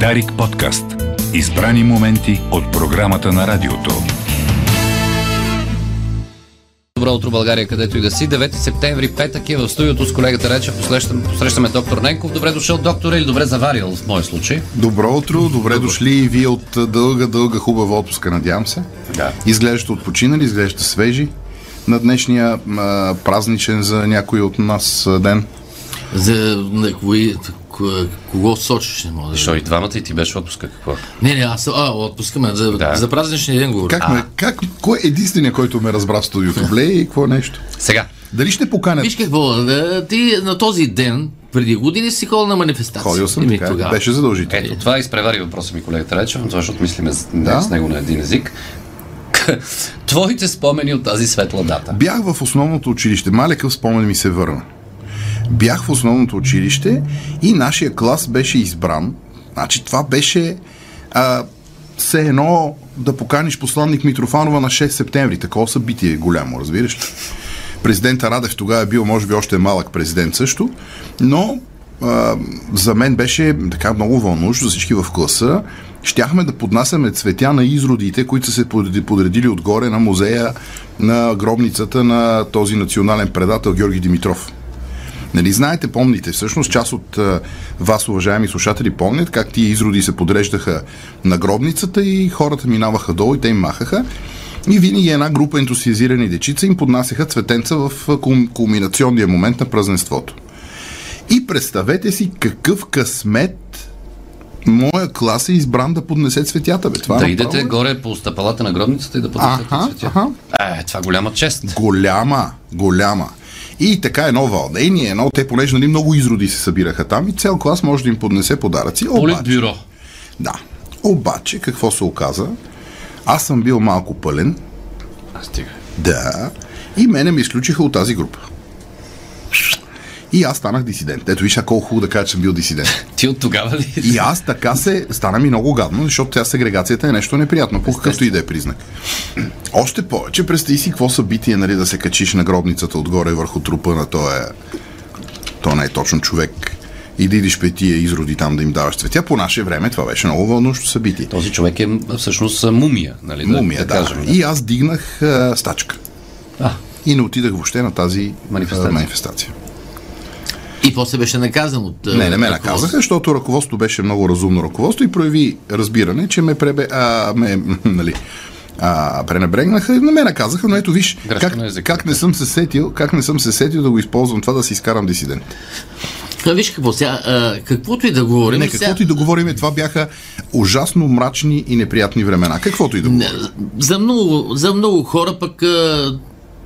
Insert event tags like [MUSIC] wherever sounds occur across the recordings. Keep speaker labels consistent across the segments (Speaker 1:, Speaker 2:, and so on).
Speaker 1: Дарик подкаст. Избрани моменти от програмата на радиото.
Speaker 2: Добро утро, България, където и да си. 9 септември, петък е в студиото с колегата Рече. Посрещам, посрещаме доктор Ненков. Добре дошъл, доктор, или добре заварил в моя случай.
Speaker 3: Добро утро, добре, дошли и вие от а, дълга, дълга хубава отпуска, надявам се.
Speaker 2: Да.
Speaker 3: Изглеждате отпочинали, изглеждате свежи на днешния а, празничен за някой от нас а, ден.
Speaker 4: За на кои, кое- кого сочиш, не мога да
Speaker 5: Що и двамата и ти беше в отпуска какво?
Speaker 4: Не, не, аз а, отпускаме. За, да.
Speaker 5: Да.
Speaker 4: за празничния ден говоря.
Speaker 3: Как, ме, как, кой е единствения, който ме разбра в студиото? Бле и какво е нещо?
Speaker 5: Сега,
Speaker 3: Дали ще поканят?
Speaker 4: Виж какво, да, ти на този ден, преди години си ходил на манифестация.
Speaker 3: Ходил съм,
Speaker 4: Еми,
Speaker 3: така, е?
Speaker 4: тогава. Е,
Speaker 3: беше
Speaker 2: Е,
Speaker 3: задължително.
Speaker 5: ето това изпревари въпроса ми колегата Речев, защото мислиме с, да? с него на един език.
Speaker 2: Твоите спомени от тази светла дата.
Speaker 3: Бях в основното училище. Малекъв спомен ми се върна. Бях в основното училище и нашия клас беше избран. Значи това беше а, все едно да поканиш посланник Митрофанова на 6 септември. Такова събитие е голямо, разбираш ли? Президента Радев тогава е бил, може би, още малък президент също, но а, за мен беше така много вълнуващо за всички в класа. Щяхме да поднасяме цветя на изродите, които са се подреди- подредили отгоре на музея на гробницата на този национален предател Георги Димитров. Нали, знаете, помните, всъщност част от а, вас, уважаеми слушатели, помнят как тия изроди се подреждаха на гробницата и хората минаваха долу и те им махаха. И винаги една група ентусиазирани дечица им поднасяха цветенца в а, кул- кулминационния момент на празненството. И представете си какъв късмет моя клас е избран да поднесе цветята. Бе. Това
Speaker 2: Да
Speaker 3: направо
Speaker 2: идете
Speaker 3: е.
Speaker 2: горе по стъпалата на гробницата и да поднесете
Speaker 3: Аха,
Speaker 2: цветя.
Speaker 3: аха.
Speaker 2: Е, това голяма чест.
Speaker 3: Голяма, голяма. И така едно вълнение, едно, те понеже нали, много изроди се събираха там и цял клас може да им поднесе подаръци. Обаче,
Speaker 2: Политбюро.
Speaker 3: да. Обаче, какво се оказа? Аз съм бил малко пълен,
Speaker 5: А, стига.
Speaker 3: да, и мене ме изключиха от тази група. И аз станах дисидент. Ето виж, а колко хубаво да кажа, че съм бил дисидент.
Speaker 2: Ти от тогава
Speaker 3: [LAUGHS]
Speaker 2: ли?
Speaker 3: И аз така се стана ми много гадно, защото тя сегрегацията е нещо неприятно, по какъвто и да е признак. Още повече, представи си какво събитие, нали, да се качиш на гробницата отгоре върху трупа на този то не е точно човек и да идиш при тия изроди там да им даваш цветя. По наше време това беше много вълнуващо събитие.
Speaker 2: Този човек е м, всъщност мумия, нали?
Speaker 3: Мумия,
Speaker 2: да,
Speaker 3: да.
Speaker 2: кажем.
Speaker 3: И аз дигнах а, стачка.
Speaker 2: А.
Speaker 3: И не отидах въобще на тази
Speaker 2: Манифестация.
Speaker 3: манифестация. манифестация.
Speaker 4: И после беше наказан от...
Speaker 3: Не, не ме
Speaker 4: ръководството.
Speaker 3: наказаха, защото ръководството беше много разумно ръководство и прояви разбиране, че ме, пребе, а, ме [LAUGHS] нали, а, пренебрегнаха. Не ме наказаха, но ето виж,
Speaker 5: Грешка
Speaker 3: как,
Speaker 5: на езика.
Speaker 3: как, не съм се сетил, как не съм се сетил да го използвам това да си изкарам дисидент.
Speaker 4: А, Виж какво, сега, а, каквото и да
Speaker 5: Ами
Speaker 4: говорим...
Speaker 3: Не,
Speaker 4: сега...
Speaker 3: каквото и да говорим, това бяха ужасно мрачни и неприятни времена. Каквото и да
Speaker 4: Не,
Speaker 3: говорим.
Speaker 4: за, много, за много хора пък а,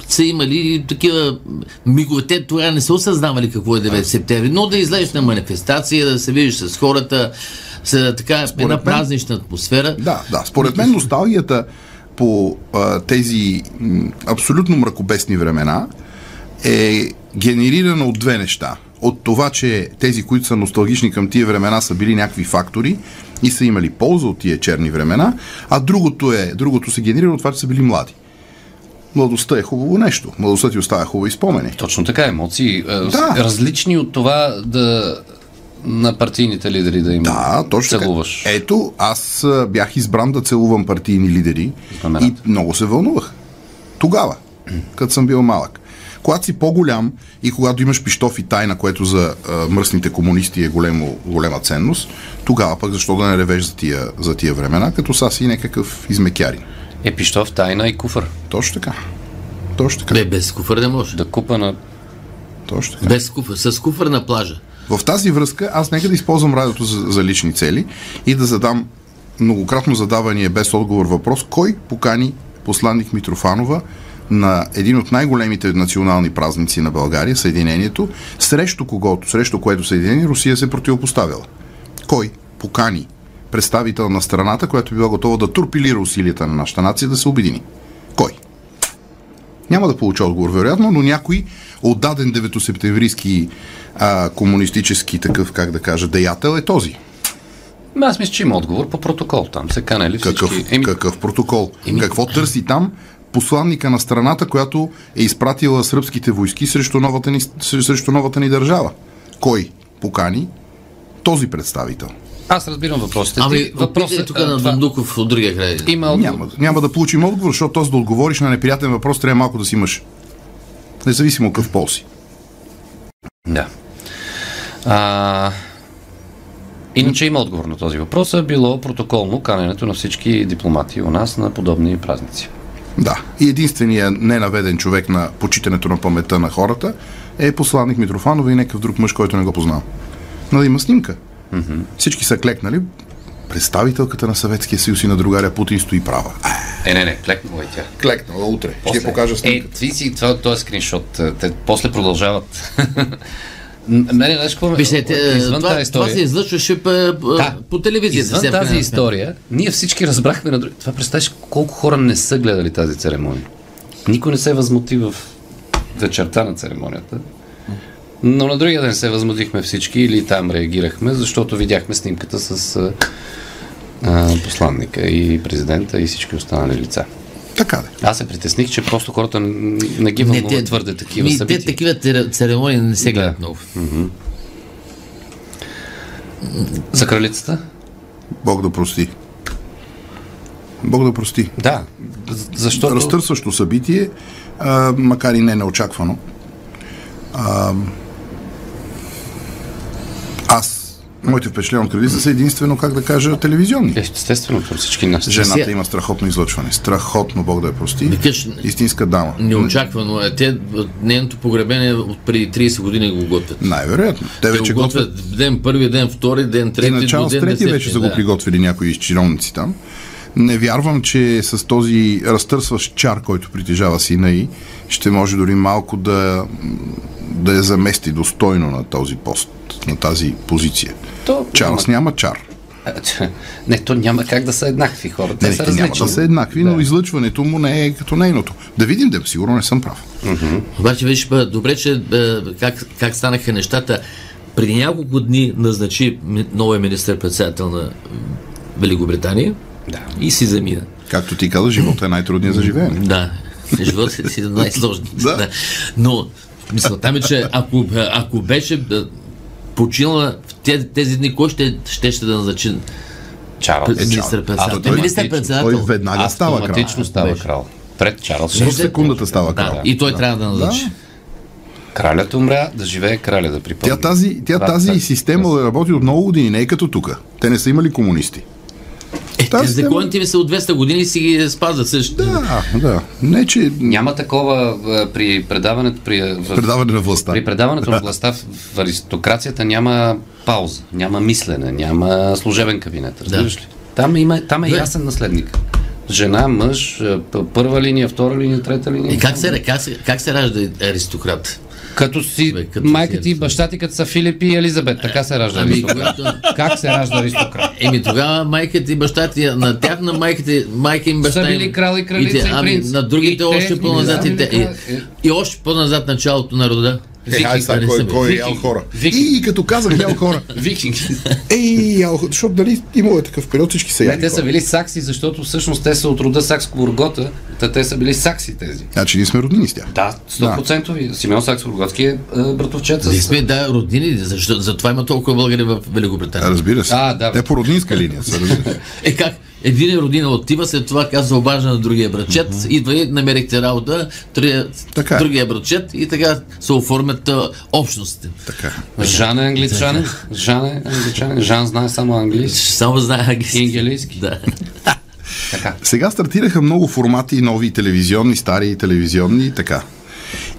Speaker 4: са имали такива мигове. Те тогава не са осъзнавали какво е 9 септември, но да излезеш на манифестация, да се видиш с хората, с така една
Speaker 3: мен-
Speaker 4: празнична атмосфера.
Speaker 3: Да, да. Според мен носталгията по а, тези м, абсолютно мракобесни времена е генерирана от две неща. От това, че тези, които са носталгични към тия времена, са били някакви фактори и са имали полза от тия черни времена, а другото, е, другото се генерира от това, че са били млади. Младостта е хубаво нещо. Младостта ти оставя хубави спомени.
Speaker 5: Точно така,
Speaker 2: е,
Speaker 5: емоции.
Speaker 3: Да.
Speaker 5: Да. Различни от това да на партийните лидери да им
Speaker 3: Да, точно
Speaker 5: целуваш.
Speaker 3: така. Е. Ето, аз а, бях избран да целувам партийни лидери и
Speaker 5: Знамената.
Speaker 3: много се вълнувах. Тогава, като съм бил малък. Когато си по-голям и когато имаш пиштов и тайна, което за а, мръсните комунисти е големо, голема ценност, тогава пък защо да не ревеш за тия, за тия времена, като са си някакъв измекярин.
Speaker 5: Е пищов, тайна и куфър.
Speaker 3: Точно така. Точно така.
Speaker 4: Бе, без куфър не може.
Speaker 5: Да купа на...
Speaker 3: Точно така.
Speaker 4: Без куфър, с куфър на плажа.
Speaker 3: В тази връзка аз нека да използвам радиото за, за лични цели и да задам многократно задавания без отговор въпрос, кой покани посланник Митрофанова на един от най-големите национални празници на България, Съединението, срещу когото, срещу което Съединение Русия се е противопоставила. Кой покани представител на страната, която била готова да турпилира усилията на нашата нация да се обедини? Кой? Няма да получа отговор, вероятно, но някой отдаден 9-септемврийски а, комунистически такъв, как да кажа, деятел е този.
Speaker 2: Ами
Speaker 5: Ма, аз мисля, че има отговор по протокол. Там се канели всички.
Speaker 3: Какъв,
Speaker 5: Еми,
Speaker 3: какъв протокол? Какво търси там посланника на страната, която е изпратила сръбските войски срещу новата ни, срещу новата ни държава? Кой покани този представител?
Speaker 2: Аз разбирам въпросите.
Speaker 4: Ами,
Speaker 2: ти.
Speaker 4: въпросът е тук на Дондуков от другия край.
Speaker 2: Има отговор.
Speaker 3: Няма, няма да получим отговор, защото този да отговориш на неприятен въпрос трябва малко да си мъж. Независимо какъв пол си.
Speaker 2: Да. А, иначе има отговор на този въпрос. Е било протоколно каненето на всички дипломати у нас на подобни празници.
Speaker 3: Да. И единствения ненаведен човек на почитането на паметта на хората е посланник Митрофанова и някакъв друг мъж, който не го познавам. Но да има снимка. Mm-hmm. Всички са клекнали. Представителката на Съветския съюз и на другаря Путин стои права. А,
Speaker 2: Е, не, не, клекнала и тя.
Speaker 3: клекнала утре. После. Ще покажа
Speaker 2: Е,
Speaker 3: снимка.
Speaker 2: ти си, това, това е скриншот. Те после продължават. [LAUGHS] Н- Не, не, знаеш какво ме-
Speaker 4: Вижте, те,
Speaker 2: извън
Speaker 4: това,
Speaker 2: тази
Speaker 4: това е
Speaker 2: история.
Speaker 4: се излъчваше по,
Speaker 2: Да.
Speaker 4: по телевизията.
Speaker 2: Извън
Speaker 4: сега в
Speaker 2: тази
Speaker 4: крайна сметка.
Speaker 2: история, ние всички разбрахме на друг... Това представяш колко хора не са гледали тази церемония. Никой не се възмути в вечерта на церемонията. Но на другия ден се възмутихме всички или там реагирахме, защото видяхме снимката с а, а, посланника и президента и всички останали лица.
Speaker 3: Така де.
Speaker 2: Аз се притесних, че просто хората н- не ги
Speaker 4: Не,
Speaker 2: вълнуват
Speaker 4: те,
Speaker 2: твърде такива
Speaker 4: ми,
Speaker 2: събития.
Speaker 4: Те такива тер- церемонии не се
Speaker 2: Да.
Speaker 4: гледат много.
Speaker 2: За кралицата?
Speaker 3: Бог да прости. Бог да прости.
Speaker 2: Да. З- Защото...
Speaker 3: Разтърсващо събитие, а, макар и не неочаквано. А, аз, моите впечатления от кралица са единствено, как да кажа, телевизионни.
Speaker 4: Е,
Speaker 2: Естествено, към всички нас.
Speaker 3: Жената
Speaker 4: Сега-
Speaker 3: има страхотно излъчване. Страхотно, Бог да я прости.
Speaker 4: Викаш,
Speaker 3: Истинска дама.
Speaker 4: неочаквано е. Те, нейното погребение от преди 30 години го готвят.
Speaker 3: Най-вероятно. Те
Speaker 4: Те
Speaker 3: Е, вече
Speaker 4: го
Speaker 3: готвят.
Speaker 4: готвят ден първи, ден втори, ден
Speaker 3: И
Speaker 4: трети,
Speaker 3: Е, начало
Speaker 4: до
Speaker 3: с
Speaker 4: ден
Speaker 3: трети
Speaker 4: десети,
Speaker 3: вече са го
Speaker 4: да.
Speaker 3: приготвили някои изчиновници там. Не вярвам, че с този разтърсващ чар, който притежава сина и, ще може дори малко да, да я замести достойно на този пост, на тази позиция.
Speaker 2: То...
Speaker 3: Чарлз няма чар.
Speaker 2: А, че- Не, то няма как да са еднакви хора. Те
Speaker 3: Не, не,
Speaker 2: са
Speaker 3: Нали, те няма
Speaker 2: различни.
Speaker 3: да са еднакви, но излъчването му не е като нейното. Да видим, да, сигурно не съм прав.
Speaker 4: Обаче виж, бе, добре, че бе, как, как станаха нещата. Преди няколко дни назначи ми- новия министър-председател на Великобритания да. и си замина.
Speaker 3: Както ти каза, живота е най-трудният за живеене.
Speaker 4: Да, [LAUGHS] животът си е най-сложен.
Speaker 3: Да.
Speaker 4: Но мисълта ми, че ако, ако беше бе, починала в те- тези дни, кой ще, ще, ще да назначи
Speaker 2: Чарлз.
Speaker 4: пред- министър-председател?
Speaker 2: автоматично.
Speaker 4: Министър-председател.
Speaker 3: Той веднага Е, става крал.
Speaker 2: Автоматично става
Speaker 4: Беше.
Speaker 2: крал. Пред Чарлз.
Speaker 3: В
Speaker 2: ще-
Speaker 3: секундата става крал.
Speaker 4: Да, и той трябва да назначи.
Speaker 2: Кралят умря, да живее краля, да припомня.
Speaker 3: Тя тази, тя
Speaker 2: Да,
Speaker 3: тази
Speaker 2: да.
Speaker 3: система да работи от много години, не е като тук. Те не са имали комунисти.
Speaker 4: Е,
Speaker 3: Тази
Speaker 4: те законите ми са от 200 години и си ги спазват също.
Speaker 3: Да, да. Не, че
Speaker 2: Няма такова а, при предаването, при, в-
Speaker 3: предаване на властта.
Speaker 2: при предаването на властта в в аристокрацията няма пауза, няма мислене, няма служебен кабинет, разбираш ли? Там, има, там е
Speaker 4: Да.
Speaker 2: ясен наследник. Жена, мъж, а, п- първа линия, втора линия, трета линия.
Speaker 4: И как се, как, се, как се ражда аристократ?
Speaker 2: Като си
Speaker 4: Бе, като
Speaker 2: майка
Speaker 4: си
Speaker 2: ти и баща ти, като са Филип и Елизабет. Така се ражда
Speaker 4: Ами,
Speaker 2: аристократ.
Speaker 4: когато-
Speaker 2: Как се ражда аристократ?
Speaker 4: Еми тогава майка ти и баща ти, на тях на майка ти, майка им баща
Speaker 2: Са били
Speaker 4: им,
Speaker 2: крал и кралица
Speaker 4: те-
Speaker 2: и
Speaker 4: ами,
Speaker 2: принц.
Speaker 4: на
Speaker 2: И
Speaker 4: другите
Speaker 2: те
Speaker 4: още
Speaker 2: били
Speaker 4: по-назад и,
Speaker 2: крал и
Speaker 4: те, и,
Speaker 2: крал- е.
Speaker 4: и, още по-назад началото на рода.
Speaker 3: Е, ай, сега,
Speaker 4: да не
Speaker 2: нали
Speaker 3: кой,
Speaker 4: са били.
Speaker 3: кой е ял хора?
Speaker 2: Викинг.
Speaker 3: И като казах ял
Speaker 2: [LAUGHS]
Speaker 3: хора.
Speaker 2: Викинги.
Speaker 3: Ей, ял хора. Защото дали имало е такъв период, всички са
Speaker 2: Не,
Speaker 3: яли
Speaker 2: те са
Speaker 3: хора.
Speaker 2: били сакси, защото всъщност те са от рода Сакс-Бургота, та те са били сакси тези.
Speaker 3: Значи ние сме роднини с тях.
Speaker 2: Да, 100%. Да. Симеон Сакс-Бурготски е а, братовчет
Speaker 4: Ние
Speaker 2: с...
Speaker 4: сме, да, роднини, защо, затова има толкова българи в Великобритания.
Speaker 3: Разбира се.
Speaker 2: А, да, бе.
Speaker 3: Те по роднинска линия са. разбира се.
Speaker 4: Е как? Един е родина отива, след това казва обажда на другия братчет, идва и намерихте работа, трия,
Speaker 3: Така е.
Speaker 4: другия братчет и така се оформят а, общностите.
Speaker 3: Така.
Speaker 2: Жан е англичанин. Жан е англичанин. Жан знае само английски.
Speaker 4: Само знае английски.
Speaker 2: Ингелийски.
Speaker 4: Да.
Speaker 3: Сега стартираха много формати, нови телевизионни, стари телевизионни и така.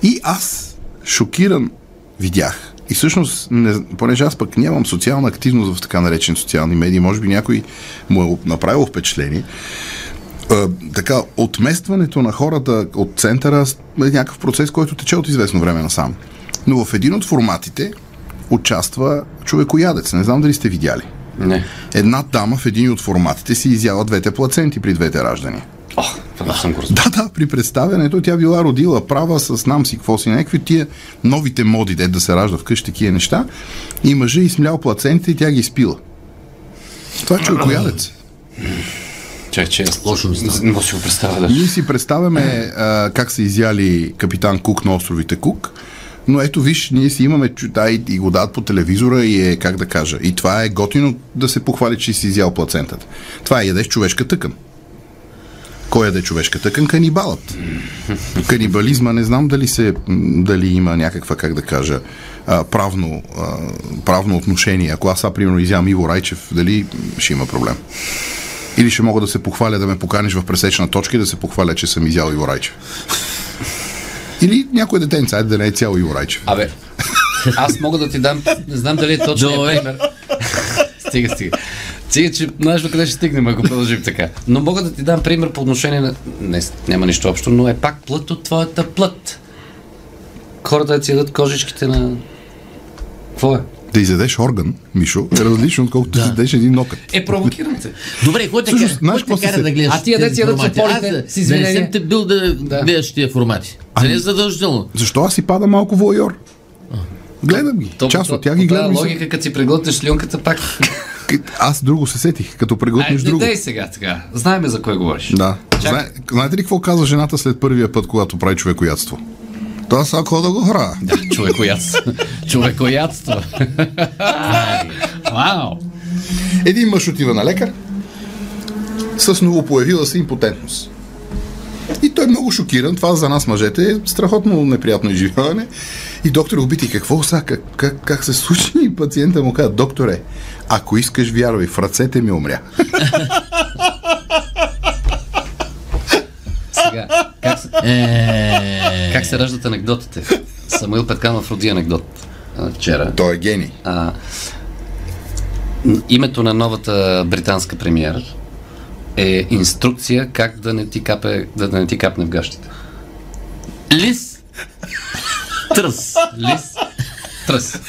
Speaker 3: И аз шокиран видях. И всъщност, не, понеже аз пък нямам социална активност в така наречени социални медии, може би някой му е направил впечатление, а, така, отместването на хората от центъра е някакъв процес, който тече от известно време насам. Но в един от форматите участва човекоядец. Не знам дали сте видяли.
Speaker 2: Не.
Speaker 3: Една дама в един от форматите си изява двете плаценти при двете раждания.
Speaker 2: Ох, това съм го разбрал.
Speaker 3: Да, да, при представянето тя била родила права с нам си, какво си, някакви тия новите моди, де да се ражда вкъщи, такива неща. И мъжа измлял плацентите и тя ги изпила. Това е човекоядец.
Speaker 2: Чай, че
Speaker 4: Лошо ми стана.
Speaker 2: Не мога да си го представя. Да.
Speaker 3: Ние си представяме а, как са изяли капитан Кук на островите Кук. Но ето виж, ние си имаме чута и, и го дадат по телевизора и е, как да кажа, и това е готино да се похвали, че си изял плацентата. Това е ядеш човешка тъкан. Кой яде човешка тъкан? Канибалът. Канибализма не знам дали, се, дали има някаква, как да кажа, а, правно, а, правно отношение. Ако аз, а, примерно, изям Иво Райчев, дали ще има проблем? Или ще мога да се похваля да ме поканиш в пресечна точка и да се похваля, че съм изял Иво Райчев? Или някой детенца, айде да не е цял Иво Райчев.
Speaker 2: Абе, аз мога да ти дам, не знам дали е точно
Speaker 4: Добре.
Speaker 2: пример. Стига, стига. Стига, че знаеш до къде ще стигнем, ако продължим така. Но мога да ти дам пример по отношение на... Не, няма нищо общо, но е пак плът от твоята плът. Хората да си ядат кожичките на... Какво е?
Speaker 3: Да изядеш органан, Мишо, е различно, отколкото да изядеш един нокът.
Speaker 2: Е, провокирам те.
Speaker 4: Добре, кой те
Speaker 3: Всъщност,
Speaker 4: кара,
Speaker 3: знаеш
Speaker 4: кой
Speaker 3: какво
Speaker 4: те кара
Speaker 3: се
Speaker 4: да
Speaker 3: сетих?
Speaker 4: гледаш
Speaker 2: А тия
Speaker 4: тези
Speaker 2: деца ядат
Speaker 4: формати?
Speaker 2: саполите, с
Speaker 4: Аз да- да не
Speaker 2: извинение.
Speaker 4: съм те бил да,
Speaker 2: Да.
Speaker 4: гледаш тия формати.
Speaker 3: А,
Speaker 4: За не е задължително.
Speaker 3: Защо аз си пада малко войор? Гледам ги.
Speaker 2: То-
Speaker 3: Част
Speaker 2: то-
Speaker 3: от тях
Speaker 2: по
Speaker 3: ги
Speaker 2: тая
Speaker 3: гледам. и се-
Speaker 2: логика, като си преглътнеш слюнката, пак...
Speaker 3: К- Аз друго се сетих, като
Speaker 2: Ай,
Speaker 3: преглътнеш
Speaker 2: не
Speaker 3: друго.
Speaker 2: дей сега така. Знаеме за кой говориш.
Speaker 3: Да. Знае, знаете ли какво каза жената след първия път, когато прави човекоядство? Това са ако да го хра.
Speaker 2: Човекоядство. Човекоядство. Вау!
Speaker 3: Един мъж отива на лекар с новопоявила се импотентност. И той е много шокиран. Това за нас, мъжете, е страхотно неприятно изживяване. И доктор го пита, какво са, как, как, как се случи? И пациента му каза, докторе, ако искаш, вярвай, в ръцете ми умря.
Speaker 2: Сега, как се, как се раждат анекдотите? Самуил Петканов роди анекдот а, вчера.
Speaker 3: Той е гений.
Speaker 2: А, името на новата британска премиер е инструкция как да не ти, капе, да, да не ти капне в гащите.
Speaker 4: Лис. Тръс.
Speaker 2: Лис. Тръс.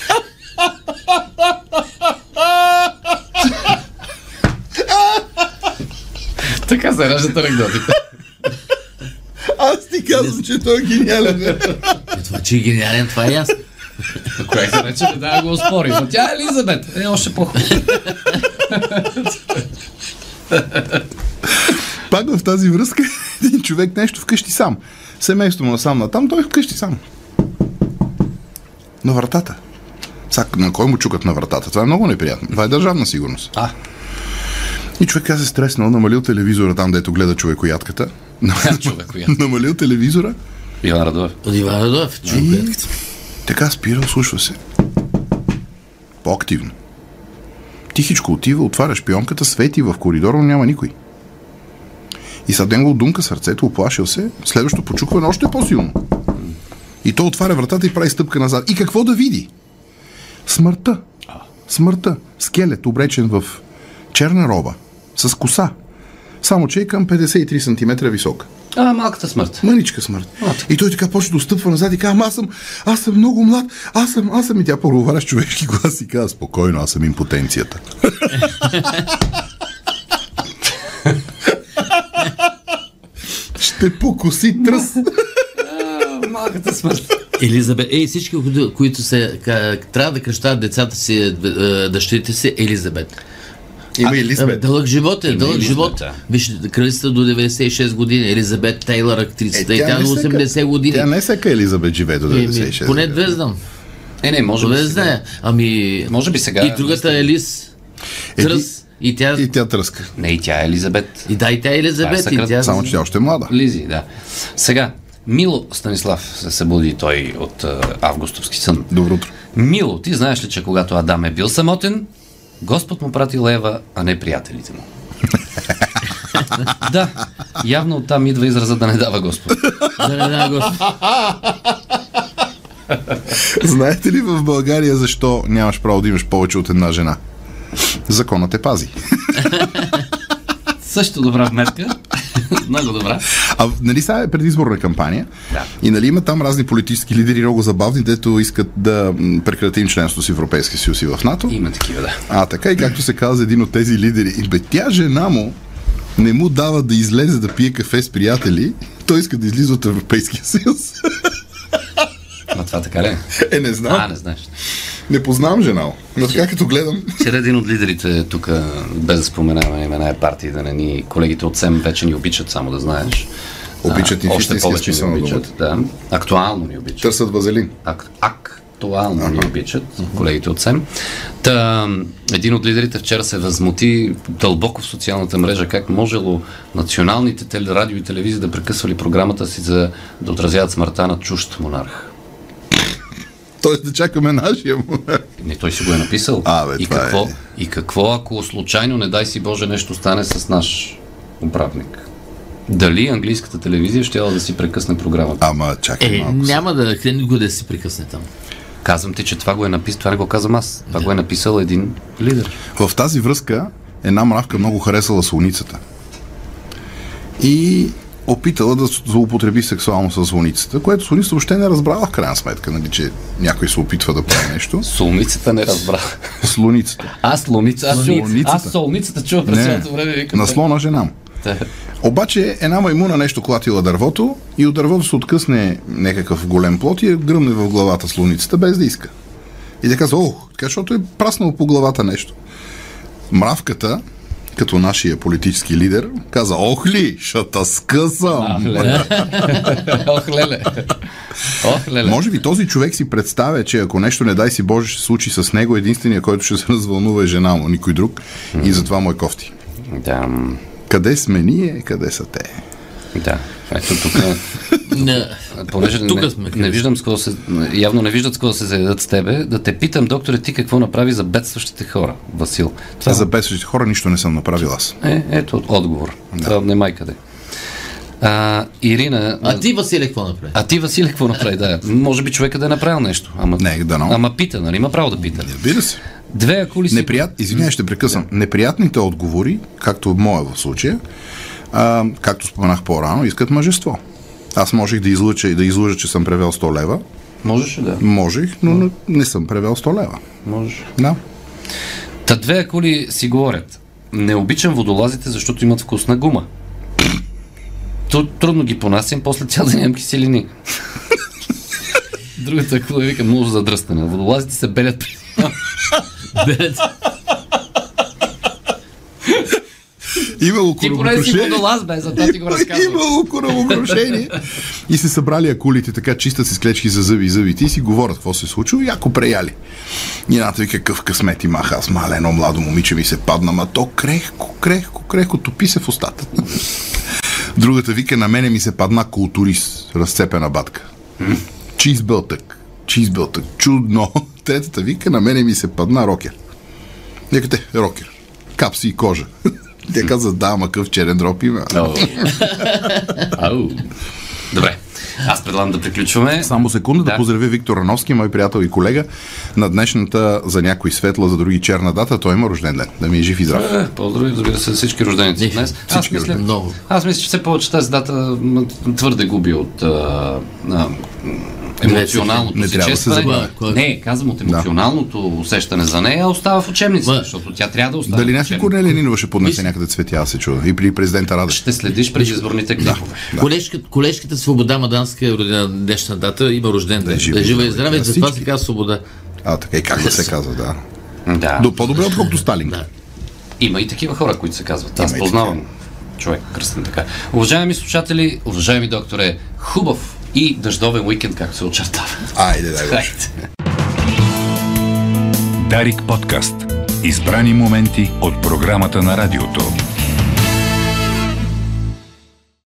Speaker 2: така се раждат анекдотите.
Speaker 3: Аз ти казвам, че той е гениален.
Speaker 4: Е, Това, че е гениален, това е ясно.
Speaker 2: Коя се вече не да го оспори. Но тя е Елизабет. Е, още по-хубава.
Speaker 3: Пак в тази връзка, [LAUGHS] един човек нещо вкъщи сам. Семейството му насам натам, той е вкъщи сам. На вратата. Сак, на кой му чукат на вратата? Това е много неприятно. Това е държавна сигурност.
Speaker 2: А.
Speaker 3: И човек се стреснал, намалил телевизора там, дето гледа човекоядката. [LAUGHS]
Speaker 2: Човекоядката.
Speaker 3: намалил телевизора.
Speaker 2: Иван Радоев.
Speaker 4: От Иван Радоев. чу
Speaker 3: Ами-
Speaker 4: гледката.
Speaker 3: Така спира, слушва се. По-активно. Тихичко отива, отваря шпионката, свети в коридора, но няма никой. И съден го думка сърцето, оплашил се, следващото почукване още по-силно. И той отваря вратата и прави стъпка назад. И какво да види? Смъртта. Смъртта. Скелет, облечен в черна роба, с коса. Само, че е към 53 см висока.
Speaker 2: А, малката смърт.
Speaker 3: Мъничка смърт. И той така почва да отстъпва назад и казва, «Ама аз съм, аз съм много млад, аз съм, аз съм. И тя проговаря с човешки глас и казва, спокойно, аз съм импотенцията. [LAUGHS] Ще покуси тръс.
Speaker 2: Малката смърт.
Speaker 4: Елизабет. Ей, всички, които- които се, ка- трябва да кръщат децата си, е, е, дъщерите си, Елизабет.
Speaker 3: Има и
Speaker 4: Абе,
Speaker 3: Лизбет.
Speaker 4: Дълъг живот е, дълъг
Speaker 2: Елизабет,
Speaker 4: живот.
Speaker 2: да.
Speaker 4: Виж, кралицата до 96 години, Елизабет Тейлър, актрисата,
Speaker 3: Е,
Speaker 4: и
Speaker 3: тя
Speaker 4: тя
Speaker 3: не
Speaker 4: до
Speaker 3: всяка-
Speaker 4: 80 години.
Speaker 3: Тя не е всяка Елизабет живее до
Speaker 4: Еми,
Speaker 3: 96.
Speaker 4: Поне
Speaker 3: години.
Speaker 4: две знам.
Speaker 2: Е, не, може би.
Speaker 4: Две
Speaker 2: сега.
Speaker 4: знае. Ами...
Speaker 2: Може би сега.
Speaker 4: И другата е Лис.
Speaker 3: Е,
Speaker 4: Тръс. И тя...
Speaker 3: И тя тръска.
Speaker 2: Не, и тя е Елизабет.
Speaker 4: И да, и тя е Елизабет.
Speaker 2: Това е
Speaker 4: и тя...
Speaker 3: Само, че тя още е млада.
Speaker 2: Лизи, да. Сега, Мило Станислав се събуди той от а, августовски сън.
Speaker 3: Добро утро.
Speaker 2: Мило, ти знаеш ли, че когато Адам е бил самотен, Господ му прати лева, а не приятелите му. да, явно оттам идва израза да не дава Господ.
Speaker 4: Да, да, да, го-
Speaker 3: Знаете ли в България защо нямаш право да имаш повече от една жена? Законът те пази.
Speaker 2: Също добра мерка. Много добра.
Speaker 3: А нали сега е предизборна кампания? Да. И нали има там разни политически лидери, много забавни, дето искат да м, прекратим членството си в Европейския съюз и в НАТО.
Speaker 2: Има такива, да.
Speaker 3: А така и както се каза един от тези лидери, и бе, тя жена му не му дава да излезе да пие кафе с приятели, той иска да излиза от Европейския съюз. [LAUGHS]
Speaker 2: Ма това така ли? е?
Speaker 3: Е, не знам.
Speaker 2: А, не знаеш.
Speaker 3: Не познавам жена му. Но така като гледам,
Speaker 2: Вчера един от лидерите тук, е без да споменаваме имена и партии, да не ни колегите от СЕМ вече ни обичат, само да знаеш,
Speaker 3: Обичат ни в
Speaker 2: Още
Speaker 3: истинския
Speaker 2: повече
Speaker 3: смисъл
Speaker 2: ни
Speaker 3: на думата.
Speaker 2: обичат. Да. Актуално ни обичат.
Speaker 3: Търсят вазелин.
Speaker 2: ак- актуално ни обичат, колегите от СЕМ. Та, един от лидерите вчера се възмути дълбоко в социалната мрежа как можело националните теле, радио и телевизии да прекъсвали програмата си за да отразяват смъртта на чужд монарх.
Speaker 3: Тоест да чакаме нашия му. [LAUGHS]
Speaker 2: Не, той си го е написал.
Speaker 3: А, бе,
Speaker 2: и,
Speaker 3: това е.
Speaker 2: какво, и какво, ако случайно, не дай си Боже, нещо стане с наш управник? Дали английската телевизия ще да си прекъсне програмата?
Speaker 3: Ама чакай
Speaker 4: Е,
Speaker 3: малко.
Speaker 4: няма да хрен никога да се прекъсне там.
Speaker 2: Казвам ти, че това го е написал, това не го казвам аз. Това го е написал един лидер.
Speaker 3: В тази връзка една мравка много харесала слоницата. И опитала да злоупотреби сексуално с слоницата, което слоницата въобще не разбрала в крайна сметка, нали, че някой се опитва да прави нещо.
Speaker 2: Сумицата не разбра.
Speaker 3: Слоницата.
Speaker 2: Аз ломица, аз,
Speaker 3: Слоницата.
Speaker 2: солницата. аз солницата чувам през цялото време. Викам,
Speaker 3: на слона жена му.
Speaker 2: Да.
Speaker 3: Обаче една маймуна нещо клатила дървото и от дървото се откъсне някакъв голям плод и я гръмне в главата слоницата без да иска. И да казва, ох, така, защото е праснало по главата нещо. Мравката, като нашия политически лидер, каза, ох ли, ще та скъсам.
Speaker 2: Ох, леле. Ох, леле.
Speaker 3: Може би този човек си представя, че ако нещо не дай си Боже ще се случи с него, единствения, който ще се [LAUGHS] развълнува е жена му, никой друг. И затова му е кофти.
Speaker 2: Да, м,
Speaker 3: Къде сме ние, къде са те?
Speaker 2: да. Ето тук
Speaker 4: Не.
Speaker 2: Понеже
Speaker 4: Тука
Speaker 2: не,
Speaker 4: сме,
Speaker 2: не виждам с какво се, явно не виждат с какво се заедат с тебе, да те питам, докторе, ти какво направи за бедстващите хора, Васил? Това
Speaker 3: За бесващите Е, хора нищо не съм направил аз.
Speaker 2: е, ето отговор. Да. Това не май къде. А, Ирина, а,
Speaker 4: А ти, Василе, какво направи?
Speaker 2: а ти, Василе, какво направи? Да, може би човека да е направил нещо. Ама,
Speaker 3: Не, дано.
Speaker 2: ама пита, нали? Има право да пита.
Speaker 3: Разбира се.
Speaker 2: Две акули си...
Speaker 3: Неприят... Извинявай, ще прекъсвам. Неприятните отговори, както моя в случая, а, както споменах по-рано, искат мъжество. Аз можех да излъча и да излъжа, че съм превел 100 лева.
Speaker 2: Можеш ли да?
Speaker 3: Можех, но не, не съм превел 100 лева.
Speaker 2: Можеш.
Speaker 3: Да.
Speaker 2: Та две акули си говорят. Не обичам водолазите, защото имат вкус на гума. Тру- трудно ги понасям, после цял ден имам киселини. [LAUGHS] Другата акула вика много за дръстане. Водолазите се белят. при-
Speaker 4: Бе,
Speaker 3: Имало
Speaker 2: Ти поне си водолаз, бе, за това ти го разказвам.
Speaker 3: Имало корабокрушение. и се събрали акулите, така чистат с клечки за зъби и зъбите и си говорят какво се е случило и ако преяли. И едната вика, какъв късмет имах аз, мале, едно младо момиче ми се падна, ма то крехко, крехко, крехко, топи се в устата. Другата вика, на мене ми се падна културист, разцепена батка. Чизбълтък, чизбълтък, чудно. [LAUGHS] Третата вика, на мене ми се падна рокер. Нека те, рокер, капси и кожа. [LAUGHS] Тя каза, да, ама къв черен дроп има.
Speaker 2: Ау. Ау. Добре. Аз предлагам да приключваме.
Speaker 3: Само секунда да,
Speaker 2: Да.
Speaker 3: поздравя Виктор Рановски, мой приятел и колега, на днешната за някой светла, за други черна дата. Той има рожден ден. Да ми е жив и
Speaker 2: [COUGHS]
Speaker 3: здрав.
Speaker 2: Е, Поздрави, разбира се, всички рожденици
Speaker 4: Ни,
Speaker 2: днес. Аз мисля,
Speaker 4: рождени. Много.
Speaker 2: аз мисля, че все повече тази дата м, твърде губи от а, а, емоционалното
Speaker 3: Не
Speaker 2: си
Speaker 3: трябва да се е?
Speaker 2: честване.
Speaker 4: забавя. Кой-
Speaker 2: Не, казвам от емоционалното усещане за нея, остава в учебниците,
Speaker 4: Ма-
Speaker 2: защото тя трябва да остане
Speaker 3: Дали
Speaker 2: в
Speaker 3: някакви
Speaker 2: учебниците.
Speaker 3: Корнелия Нинова ще поднесе
Speaker 4: Мисля-
Speaker 3: някъде цветя, аз се чува. И при президента Рада.
Speaker 2: Ще следиш предизборните клипове.
Speaker 4: [LAUGHS] Колежка, колежката Свобода Маданска е родена на днешна дата, има рожден ден.
Speaker 3: жива
Speaker 4: Да е
Speaker 3: и
Speaker 4: жива и
Speaker 3: здрава,
Speaker 4: здраве,
Speaker 3: да,
Speaker 4: затова
Speaker 3: всички.
Speaker 4: се казва Свобода.
Speaker 3: А, така и как да се казва, да.
Speaker 2: Да.
Speaker 3: До по-добре, отколкото Сталин.
Speaker 4: Да.
Speaker 2: Има и такива хора, които се казват.
Speaker 3: Има
Speaker 2: Аз
Speaker 3: и
Speaker 2: познавам човек, кръстен така. Уважаеми слушатели, уважаеми докторе, хубав и дъждовен уикенд, както се очертава.
Speaker 3: Айде, дай Боже.
Speaker 2: Хайде.
Speaker 1: Дарик подкаст. Избрани моменти от програмата на радиото.